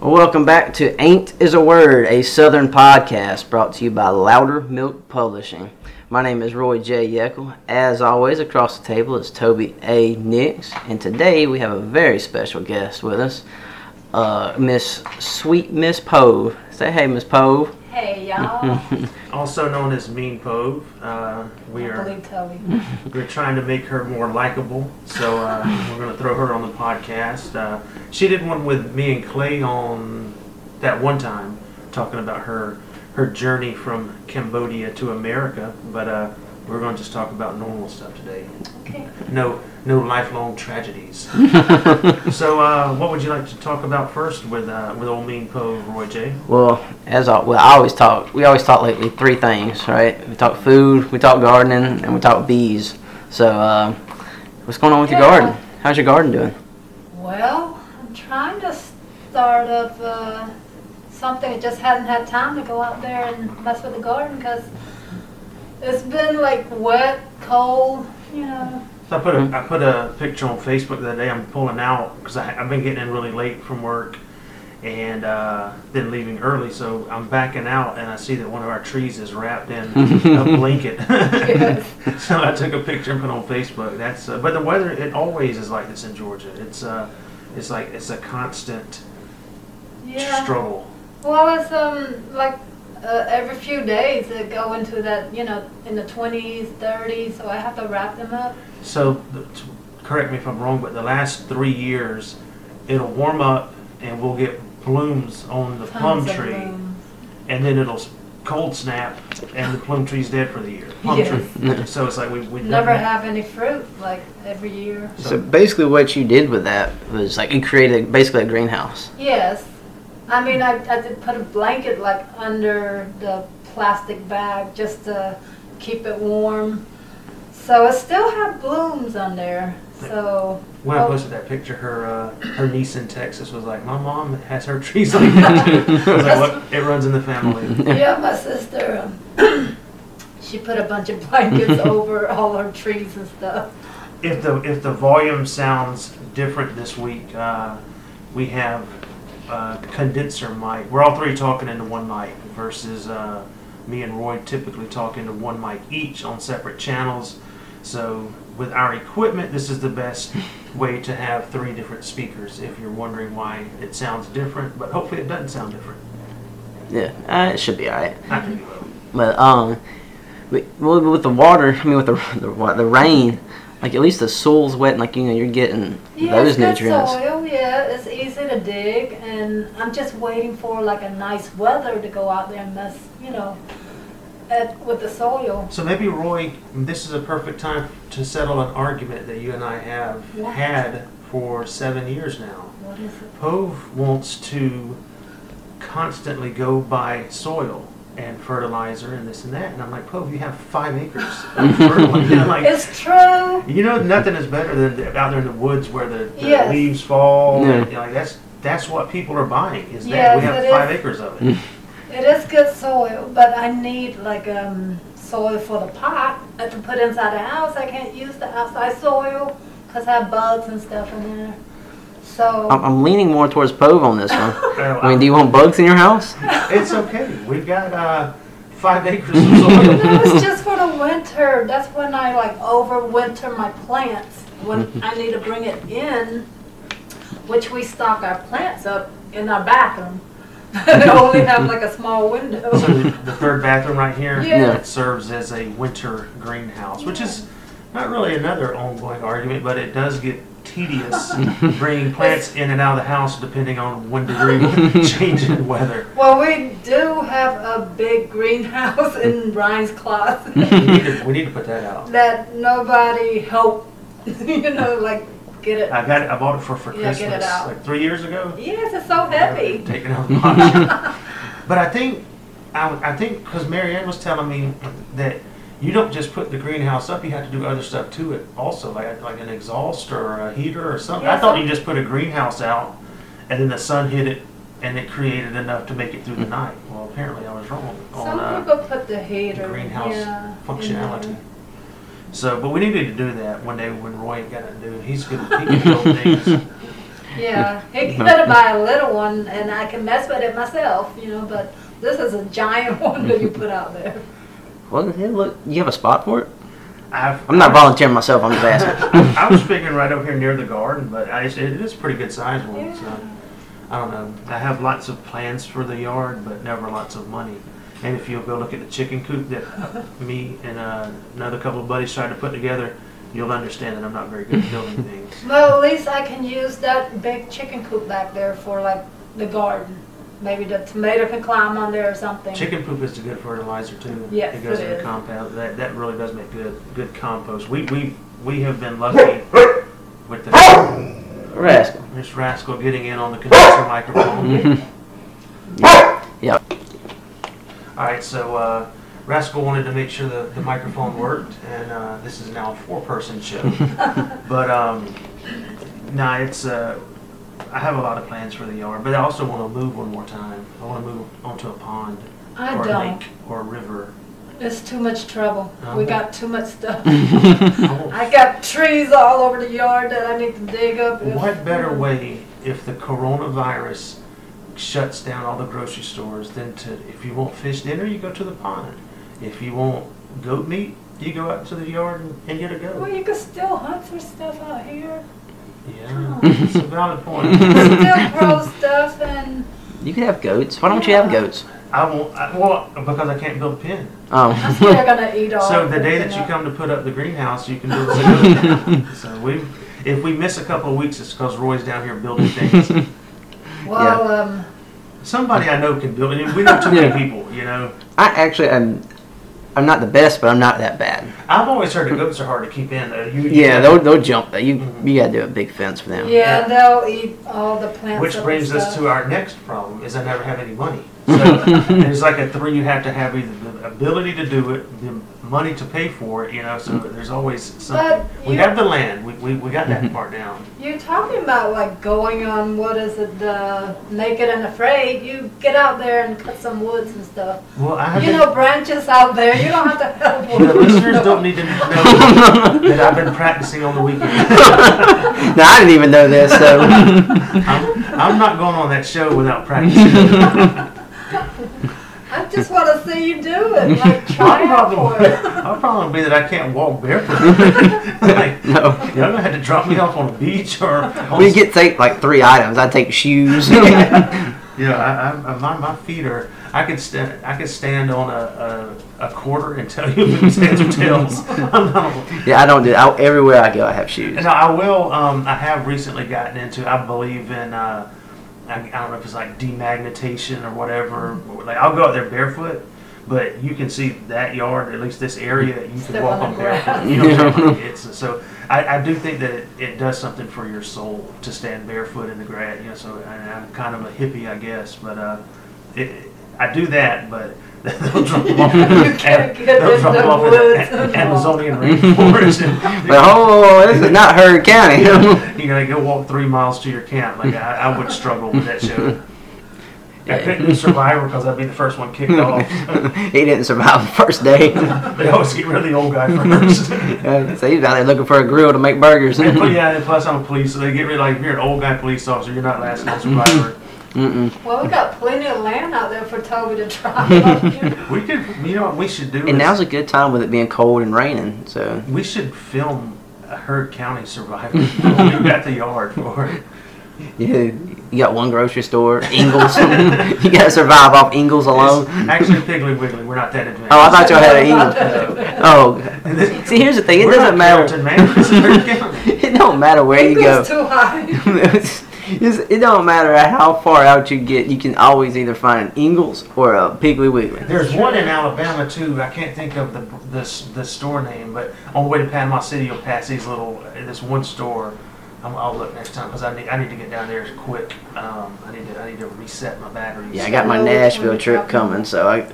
Welcome back to Ain't is a Word, a Southern podcast brought to you by Louder Milk Publishing. My name is Roy J. Yeckel. As always, across the table is Toby A. Nix, and today we have a very special guest with us, uh, Miss Sweet Miss Pove. Say hey, Miss Pove. Hey y'all. also known as Mean Pove. Uh, we I are believe Toby. we're trying to make her more likable, so uh, we're going to throw her on the podcast. Uh, she did one with me and Clay on that one time, talking about her her journey from Cambodia to America. But uh, we're going to just talk about normal stuff today. Okay. No no lifelong tragedies. so uh, what would you like to talk about first with uh, with old Mean Pove, Roy J? Well, as all, well, I always talk. We always talk lately three things, right? We talk food, we talk gardening, and we talk bees. So, uh, what's going on with your Yeah. garden? How's your garden doing? Well, I'm trying to start up uh, something. I just hadn't had time to go out there and mess with the garden because it's been like wet, cold. You know. I put a, I put a picture on Facebook the other day. I'm pulling out because I've been getting in really late from work and uh, then leaving early. So I'm backing out and I see that one of our trees is wrapped in a blanket. Yes. so I took a picture and put it on Facebook. That's uh, but the weather it always is like this in Georgia. It's uh it's like it's a constant Yeah. struggle. Well, it's um like uh, every few days it go into that you know in the 20s, 30s. So I have to wrap them up. So, th- t- correct me if I'm wrong, but the last three years, it'll warm up and we'll get blooms on the plum Tons of tree. them. and then it'll s- cold snap, and the plum tree's dead for the year. Plum tree. So it's like we we Never have any fruit like every year. So basically, what you did with that was like you created basically a greenhouse. Yes. I mean, I, I did put a blanket like under the plastic bag just to keep it warm. So it still had blooms on there. So Oh, When I posted that picture, her uh, her niece in Texas was like, "My mom has her trees like that." too." I was like, "What? It runs in the family." yeah, my sister, um, she put a bunch of blankets over all her trees and stuff. If the if the volume sounds different this week, uh, we have uh, condenser mic. We're all three talking into one mic versus uh, me and Roy typically talk into one mic each on separate channels. So with our equipment, this is the best way to have three different speakers. If you're wondering why it sounds different, but hopefully it doesn't sound different. Yeah, uh, it should be alright. I think it will. But um, wi- well, with the water, I mean with the the, wa- the rain, like at least the soil's wet, and like you know you're getting Yeah, those it's good nutrients. soil. Yeah, it's easy to dig, and I'm just waiting for like a nice weather to go out there and mess, you know, at, with the soil. So maybe Roy, this is a perfect time to settle an argument that you and I have What? had for seven years now. What is it? Pove wants to constantly go buy soil and fertilizer and this and that. And I'm like, Pove, you have five acres of fertilizer. I'm like, It's true. you know, nothing is better than the- out there in the woods where the, the Yes. leaves fall. Yeah. And, you know, like that's that's what people are buying. Is that Yes, we have it five is. acres of it. It is good soil, but I need like um, soil for the pot uh, to put inside the house. I can't use the outside soil because I have bugs and stuff in there. So Um, I'm, I'm leaning more towards Pove on this one. Well, I mean, do you want bugs in your house? it's okay. We've got uh, five acres of soil. no, it's just for the winter. That's when I like overwinter my plants. When Mm-hmm. I need to bring it in, which we stock our plants up in our bathroom. they only have like a small window. So the, the third bathroom right here Yeah. Yeah. it serves as a winter greenhouse, which is not really another ongoing argument, but it does get tedious bringing plants in and out of the house depending on one degree change in weather. Well, we do have a big greenhouse in Ryan's closet. We need to, we need to put that out. that nobody helped, you know, like get it. I got it, I bought it for for Yeah, Christmas get it out. like three years ago. Yes, it's so heavy. Taking out the box. but I think I, I think because Marianne was telling me that you don't just put the greenhouse up; you have to do other stuff to it also, like like an exhaust or a heater or something. I Yeah, thought some- you just put a greenhouse out, and then the sun hit it, and it created enough to make it Hmm. through the night. Well, apparently I was wrong on Some uh, people put the heater. greenhouse yeah, functionality. in So, but we needed to do that one day when Roy got to do. He's good. He can build things. Yeah, it could buy a little one, and I can mess with it myself, you know. But this is a giant one that you put out there. Well, hey, look, you have a spot for it? I've, I'm not volunteering myself, I'm just asking. I was figuring right over here near the garden, but I, it is a pretty good sized one. So I don't know. I have lots of plans for the yard, but never lots of money. And if you'll go look at the chicken coop that me and uh, another couple of buddies tried to put together, you'll understand that I'm not very good at building things. Well, at least I can use that big chicken coop back there for like the garden. Maybe the tomato can climb on there or something. Chicken poop is a good fertilizer too. Yes, it goes it in the is. compound. That that really does make good good compost. We we we have been lucky with the, Rascal. this rascal getting in on the condenser microphone. Yeah. All right, so uh, rascal wanted to make sure the, the microphone worked, and uh, this is now a four person show. but um, nah, it's uh, I have a lot of plans for the yard, but I also want to move one more time. I want to move onto a pond I or a don't. lake or a river. It's too much trouble. We Oh. got too much stuff. Oh, I got trees all over the yard that I need to dig up. What better way if the coronavirus shuts down all the grocery stores than to, if you want fish dinner, you go to the pond. If you want goat meat, you go out to the yard and, and get a Well, goat. you can still hunt for stuff out here. Yeah, it's a valid point. You can still grow stuff and You could have goats. Why don't you have goats? I won't, I, well, because I can't build a pen. I'm still Oh. gonna eat all. So of the day that this you and come to put up the greenhouse, you can build a goat. pen. So we, if we miss a couple of weeks, it's because Roy's down here building things. that. Well, um, Somebody I know can build it. and We know too many Yeah. people, you know. I actually am. I'm not the best, but I'm not that bad. I've always heard the goats are hard to keep in though. You, Yeah, they'll they'll jump. though. You you gotta do a big fence for them. yeah, they'll eat all the plants. Which up and brings us stuff. to our next problem: is I never have any money. So there's like a three: you have to have either the ability to do it, the money to pay for it. You know, so there's always something. Mm-hmm. But We you- Mm-hmm. have the land. We we, we got that part down. You're talking about like going on what is it, the naked and afraid. You get out there and cut some woods and stuff. Well, I have. You know, branches out there. You don't have to help. the with it. listeners don't need to know that I've been practicing on the weekend. Now I didn't even know this, so I'm, I'm not going on that show without practicing. I just want to see you do it. Like try My out for problem, it. my problem would be that I can't walk barefoot. like, no. y'all gonna have to drop me off on the beach or on We get take like three items. I take shoes. Yeah, I, I, I- my, my feet are. I could stand. I could stand on a, a, a quarter and tell you if it's heads or tails. I'm not- yeah, I don't do. I, everywhere I go, I have shoes. no, I will. Um, I have recently gotten into. I believe in. Uh, I, I don't know if it's like demagnetation or whatever. Like I'll go out there barefoot, but you can see that yard, at least this area, you can Step walk on the on barefoot. grass. You know what I'm saying? Like, it's so. I, I do think that it, it does something for your soul to stand barefoot in the grass. You know, so and I'm kind of a hippie, I guess, but uh, it, I do that, but. They'll drop them off, You can't get they'll in drop the them off in the woods and A- walk. Amazonian rainforest. and- But oh, this is not Hurd County. you gotta go walk three miles to your camp. Like I, I would struggle with that show. I couldn't do Survivor because I'd be the first one kicked off. he didn't survive the first day. they always get rid of the old guy first. Uh, so he's out there looking for a grill to make burgers. and, but yeah, and plus I'm a police, so they get rid. Like if you're an old guy police officer, you're not lasting on Survivor. Well, we got plenty of land out there for Toby to try. out. We could, you know, what we should do. And is now's a good time with it being cold and raining. So we should film a Heard County Survivor. we got the yard for it. yeah, you got one grocery store, Ingles. you got to survive off Ingles alone. It's actually Piggly Wiggly. We're not that advanced. Oh, I thought y'all had an Not Ingles. that Oh, see, here's the thing. It We're doesn't not matter. Carrollton, man. This is Heard County. It don't matter where you go. It goes too high. It's- it don't matter how far out you get. You can always either find an Ingles or a Piggly Wiggly. There's one in Alabama too. I can't think of the the, the store name, but on the way to Panama City, you'll pass these little this one store. I'm, I'll look next time because I need I need to get down there quick. Um, I need to I need to reset my batteries. Yeah, I got my I know which one Nashville you're trip talking coming, about. so I, I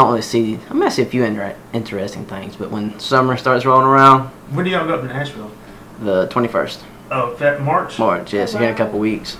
don't really see. I'm gonna see a few inter- interesting things, but when summer starts rolling around, When do y'all go up to Nashville? the 21st Oh, that March. March, yes, you got a couple weeks.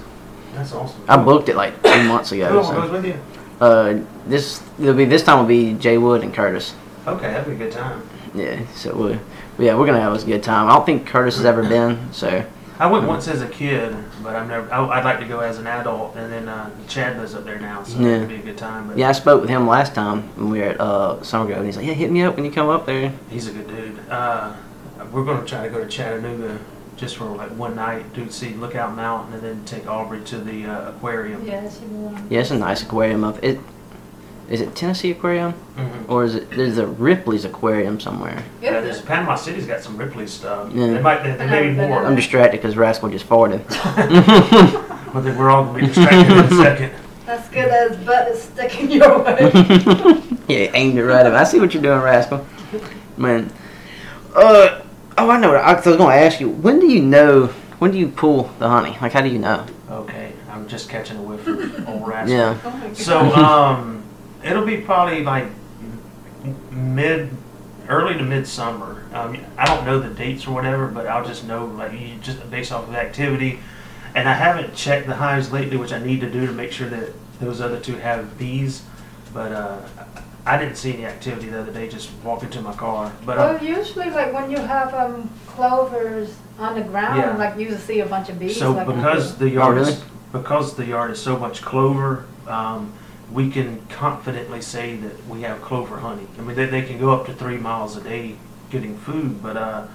That's awesome. I booked it like two months Who ago. all goes So, with you? uh, this it'll be this time will be Jay Wood and Curtis. Okay, that'd be a good time. Yeah, so we, yeah, we're gonna have us a good time. I don't think Curtis has ever been, so I went once as a kid, but I've never. I, I'd like to go as an adult, and then uh, Chad lives up there now, so Yeah. it'd be a good time. But Yeah, I spoke with him last time when we were at uh, Summer Grove, and he's like, "Yeah, hit me up when you come up there." he's a good dude. Uh, we're gonna try to go to Chattanooga just for like one night, to see Lookout Mountain, and then take Aubrey to the uh, aquarium. Yeah, she belongs. Yeah, it's a nice aquarium up. It is it Tennessee Aquarium Mhm. or is it there's a Ripley's Aquarium somewhere? Yeah, Yeah, this Panama City's got some Ripley stuff. Yeah. There might, there, there may be But more. I I'm distracted because Rascal just farted. But then we're all gonna be distracted in a second. That's good as butt is sticking your way. Oh yeah, aimed it right at me. I see what you're doing, Rascal. Man, uh, oh, I know. what I, I was gonna ask you when do you know when do you pull the honey? Like, how do you know? Okay, I'm just catching a whiff of old rascal. Yeah, Oh my So um, it'll be probably like m- mid, early to midsummer. Um, I don't know the dates or whatever, but I'll just know like you just based off of activity. And I haven't checked the hives lately, which I need to do to make sure that those other two have bees. But uh, I didn't see any activity the other day. Just walking to my car, but um, Well, usually, like when you have um, clovers on the ground, Yeah. like you see a bunch of bees. So like, because the yard really? is because the yard is so much clover, um, we can confidently say that we have clover honey. I mean, they, they can go up to three miles a day getting food, but uh,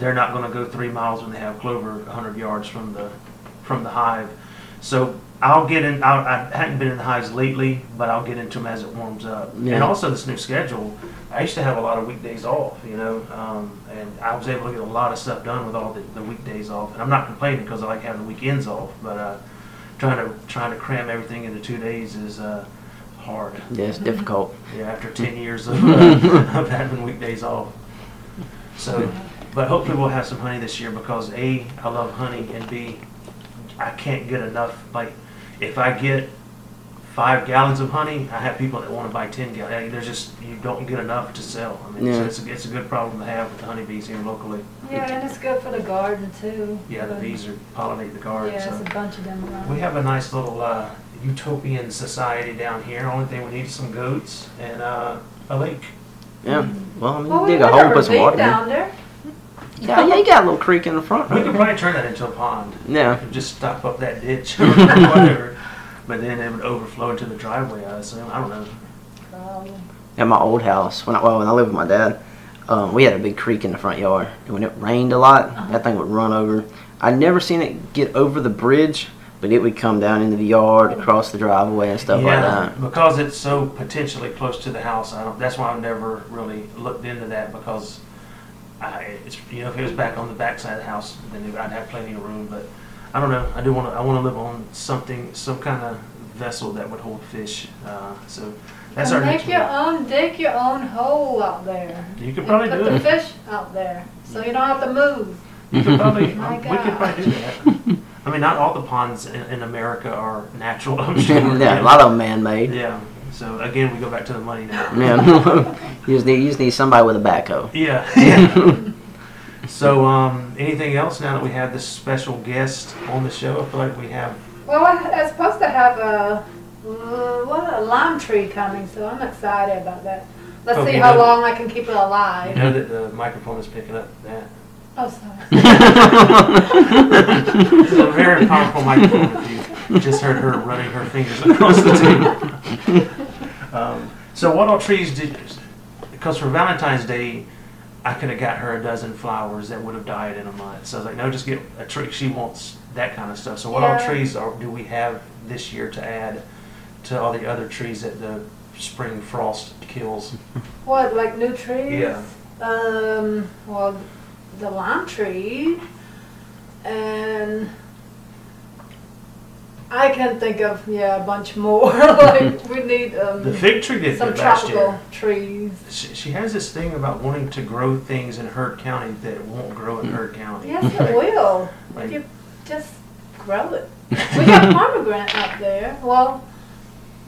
they're not going to go three miles when they have clover 100 yards from the from the hive. So I'll get in. I'll, I haven't been in the hives lately, but I'll get into them as it warms up. Yeah. And also this new schedule. I used to have a lot of weekdays off, you know, um, and I was able to get a lot of stuff done with all the, the weekdays off. And I'm not complaining because I like having the weekends off, but uh, trying to trying to cram everything into two days is uh, hard. yeah, it's difficult. Yeah, after 10 years of, uh, of having weekdays off. So, but hopefully we'll have some honey this year because A, I love honey, and B, I can't get enough. Like, if I get five gallons of honey, I have people that want to buy 10 gallons. There's just, you don't get enough to sell. I mean, Yeah. it's, it's, a, it's a good problem to have with the honeybees here locally. yeah, and it's good for the garden too. Yeah, the But- bees are pollinate the Yeah, garden. it's so. a bunch of them around. We have a nice little uh, utopian society down here. Only thing we need is some goats and uh, a lake. Yeah. Well, I mean, well, we dig a went hole, over and put some deep water. in. down there. Yeah, yeah, you got a little creek in the front. We could Right? probably turn that into a pond Yeah. and just stop up that ditch or whatever. But then it would overflow into the driveway, I assume. I don't know. Probably. At my old house, when I, well, when I lived with my dad, um, we had a big creek in the front yard. And when it rained a lot, Uh-huh. that thing would run over. I'd never seen it get over the bridge, but it would come down into the yard, across the driveway, and stuff like that. because it's so potentially close to the house. I don't. That's why I've never really looked into that because I, it's you know if it was back on the backside of the house, then I'd have plenty of room. But I don't know. I do want to. I want to live on something, some kind of vessel that would hold fish. Uh, so that's and our next. make your move. own, dig your own hole out there. You could And probably put do the it. fish out there, so you don't have to move. You could probably, My we could God. probably do that. I mean, not all the ponds in, in America are natural. I'm sure. yeah, a lot of them man-made. Yeah. Yeah. So again, we go back to the money now. you, just need, you just need somebody with a backhoe. Yeah. yeah. so, um, anything else now that we have this special guest on the show? I feel like we have. Well, I, I supposed to have a uh, what a lime tree coming, so I'm excited about that. Let's Okay, see how good. long I can keep it I alive. know that the microphone is picking up that. Oh, sorry. It's a very powerful microphone. If you just heard her running her fingers across the table. um, so, what all trees did? Because for Valentine's Day, I could have got her a dozen flowers that would have died in a month. So I was like, no, just get a tree. She wants that kind of stuff. So, what all Yeah. trees are, do we have this year to add to all the other trees that the spring frost kills? What, like new trees? Yeah. Um, well, the lime tree, and I can think of yeah a bunch more. like we need um, The fig tree did some good last tropical year. trees. She, she has this thing about wanting to grow things in Hurd County that won't grow in Hurd County. Yes, it will. Like- If you just grow it. We got pomegranate up there. Well,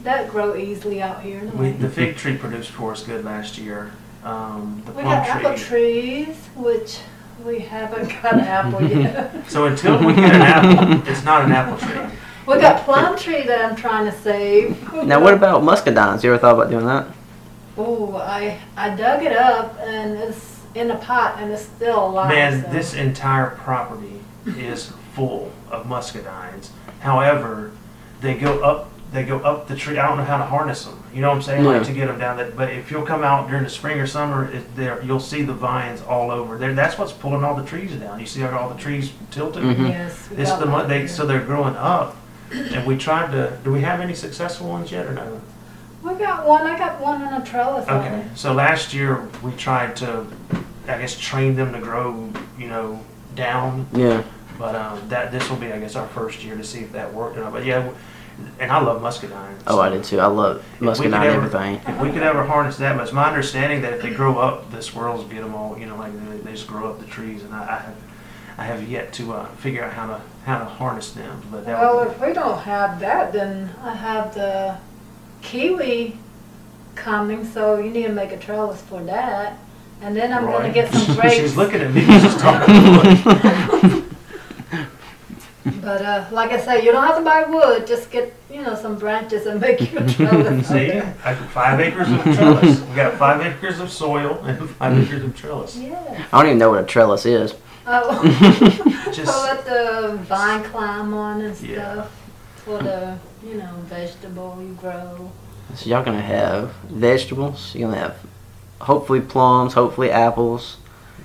that grow easily out here. don't We, they? the fig tree produced for us good last year. Um, the we plum got tree. apple trees, which we haven't got an apple yet. So until we get an apple, it's not an apple tree. We got plum tree that I'm trying to save. Now, what about muscadines? You ever thought about doing that? Ooh, I I dug it up and it's in a pot and it's still alive. Man, so- this entire property is full of muscadines. However, they go up. They go up the tree. I don't know how to harness them. You know what I'm saying? Yeah. Like to get them down. That, but if you'll come out during the spring or summer, it, there you'll see the vines all over. There, that's what's pulling all the trees down. You see all the trees tilted. Mhm. Yes. we It's got the one mon- they here. so they're growing up, and we tried to. Do we have any successful ones yet or no? We got one, I got one on a trellis on Okay, it. so last year we tried to, I guess, train them to grow. You know, down. Yeah. But um, that this will be, I guess, our first year to see if that worked or not. But yeah, w- and I love muscadine. Oh, I did too. I love we muscadine and could ever- everything. If we could ever harness that, but it's my understanding that if they grow up, the squirrels get them all. You know, like they, they just grow up the trees, and I, I have, I have yet to uh, figure out how to how to harness them. But that Well, would be, if we don't have that, then I have the kiwi coming, so you need to make a trellis for that. And then I'm gonna Roy. get some grapes. She's looking at me. She's talking. But uh, like I say, you don't have to buy wood. Just get you know some branches and make you a trellis. out See, there. I- five acres of trellis. We got five acres of soil and five acres of trellis. Yeah. I don't even know what a trellis is. Oh, so Just let the vine climb on and Yeah. stuff for the you know vegetable you grow. So y'all gonna have vegetables. You're gonna have hopefully plums, hopefully apples,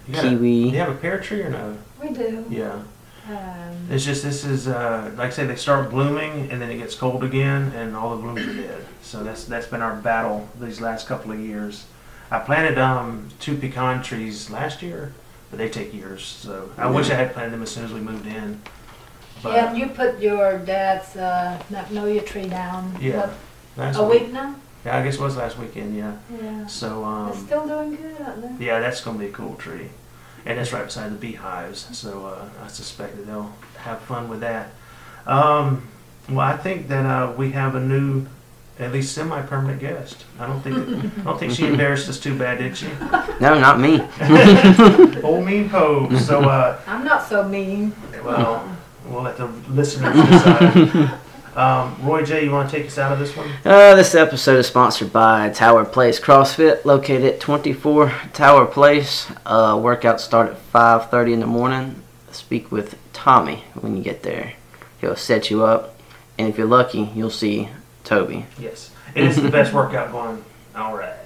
you got a- kiwi. Do you have a pear tree or no? We do. Yeah. Um, It's just this is uh, like I say they start blooming and then it gets cold again and all the blooms are dead. So that's that's been our battle these last couple of years. I planted um, two pecan trees last year, but they take years. So I wish I had planted them as soon as we moved in. But yeah, and you put your dad's uh, magnolia tree down. Yeah, what, last a week now. Yeah, I guess it was last weekend. Yeah. Yeah. So It's um, still doing good out there. yeah, that's gonna be a cool tree, and it's right beside the beehives. So uh, I suspect that they'll have fun with that. Um, well, I think that uh, we have a new, at least semi-permanent guest. I don't think I don't think she embarrassed us too bad, did she? No, not me. Old mean Poe. So uh, I'm not so mean. well, we'll let the listeners decide. Um, Roy J, you want to take us out of this one? Uh, this episode is sponsored by Tower Place CrossFit, located at 24 Tower Place. Uh, workouts start at 5:30 in the morning. Speak with Tommy when you get there. He'll set you up, and if you're lucky, you'll see Toby. Yes, it is the best workout going. All right.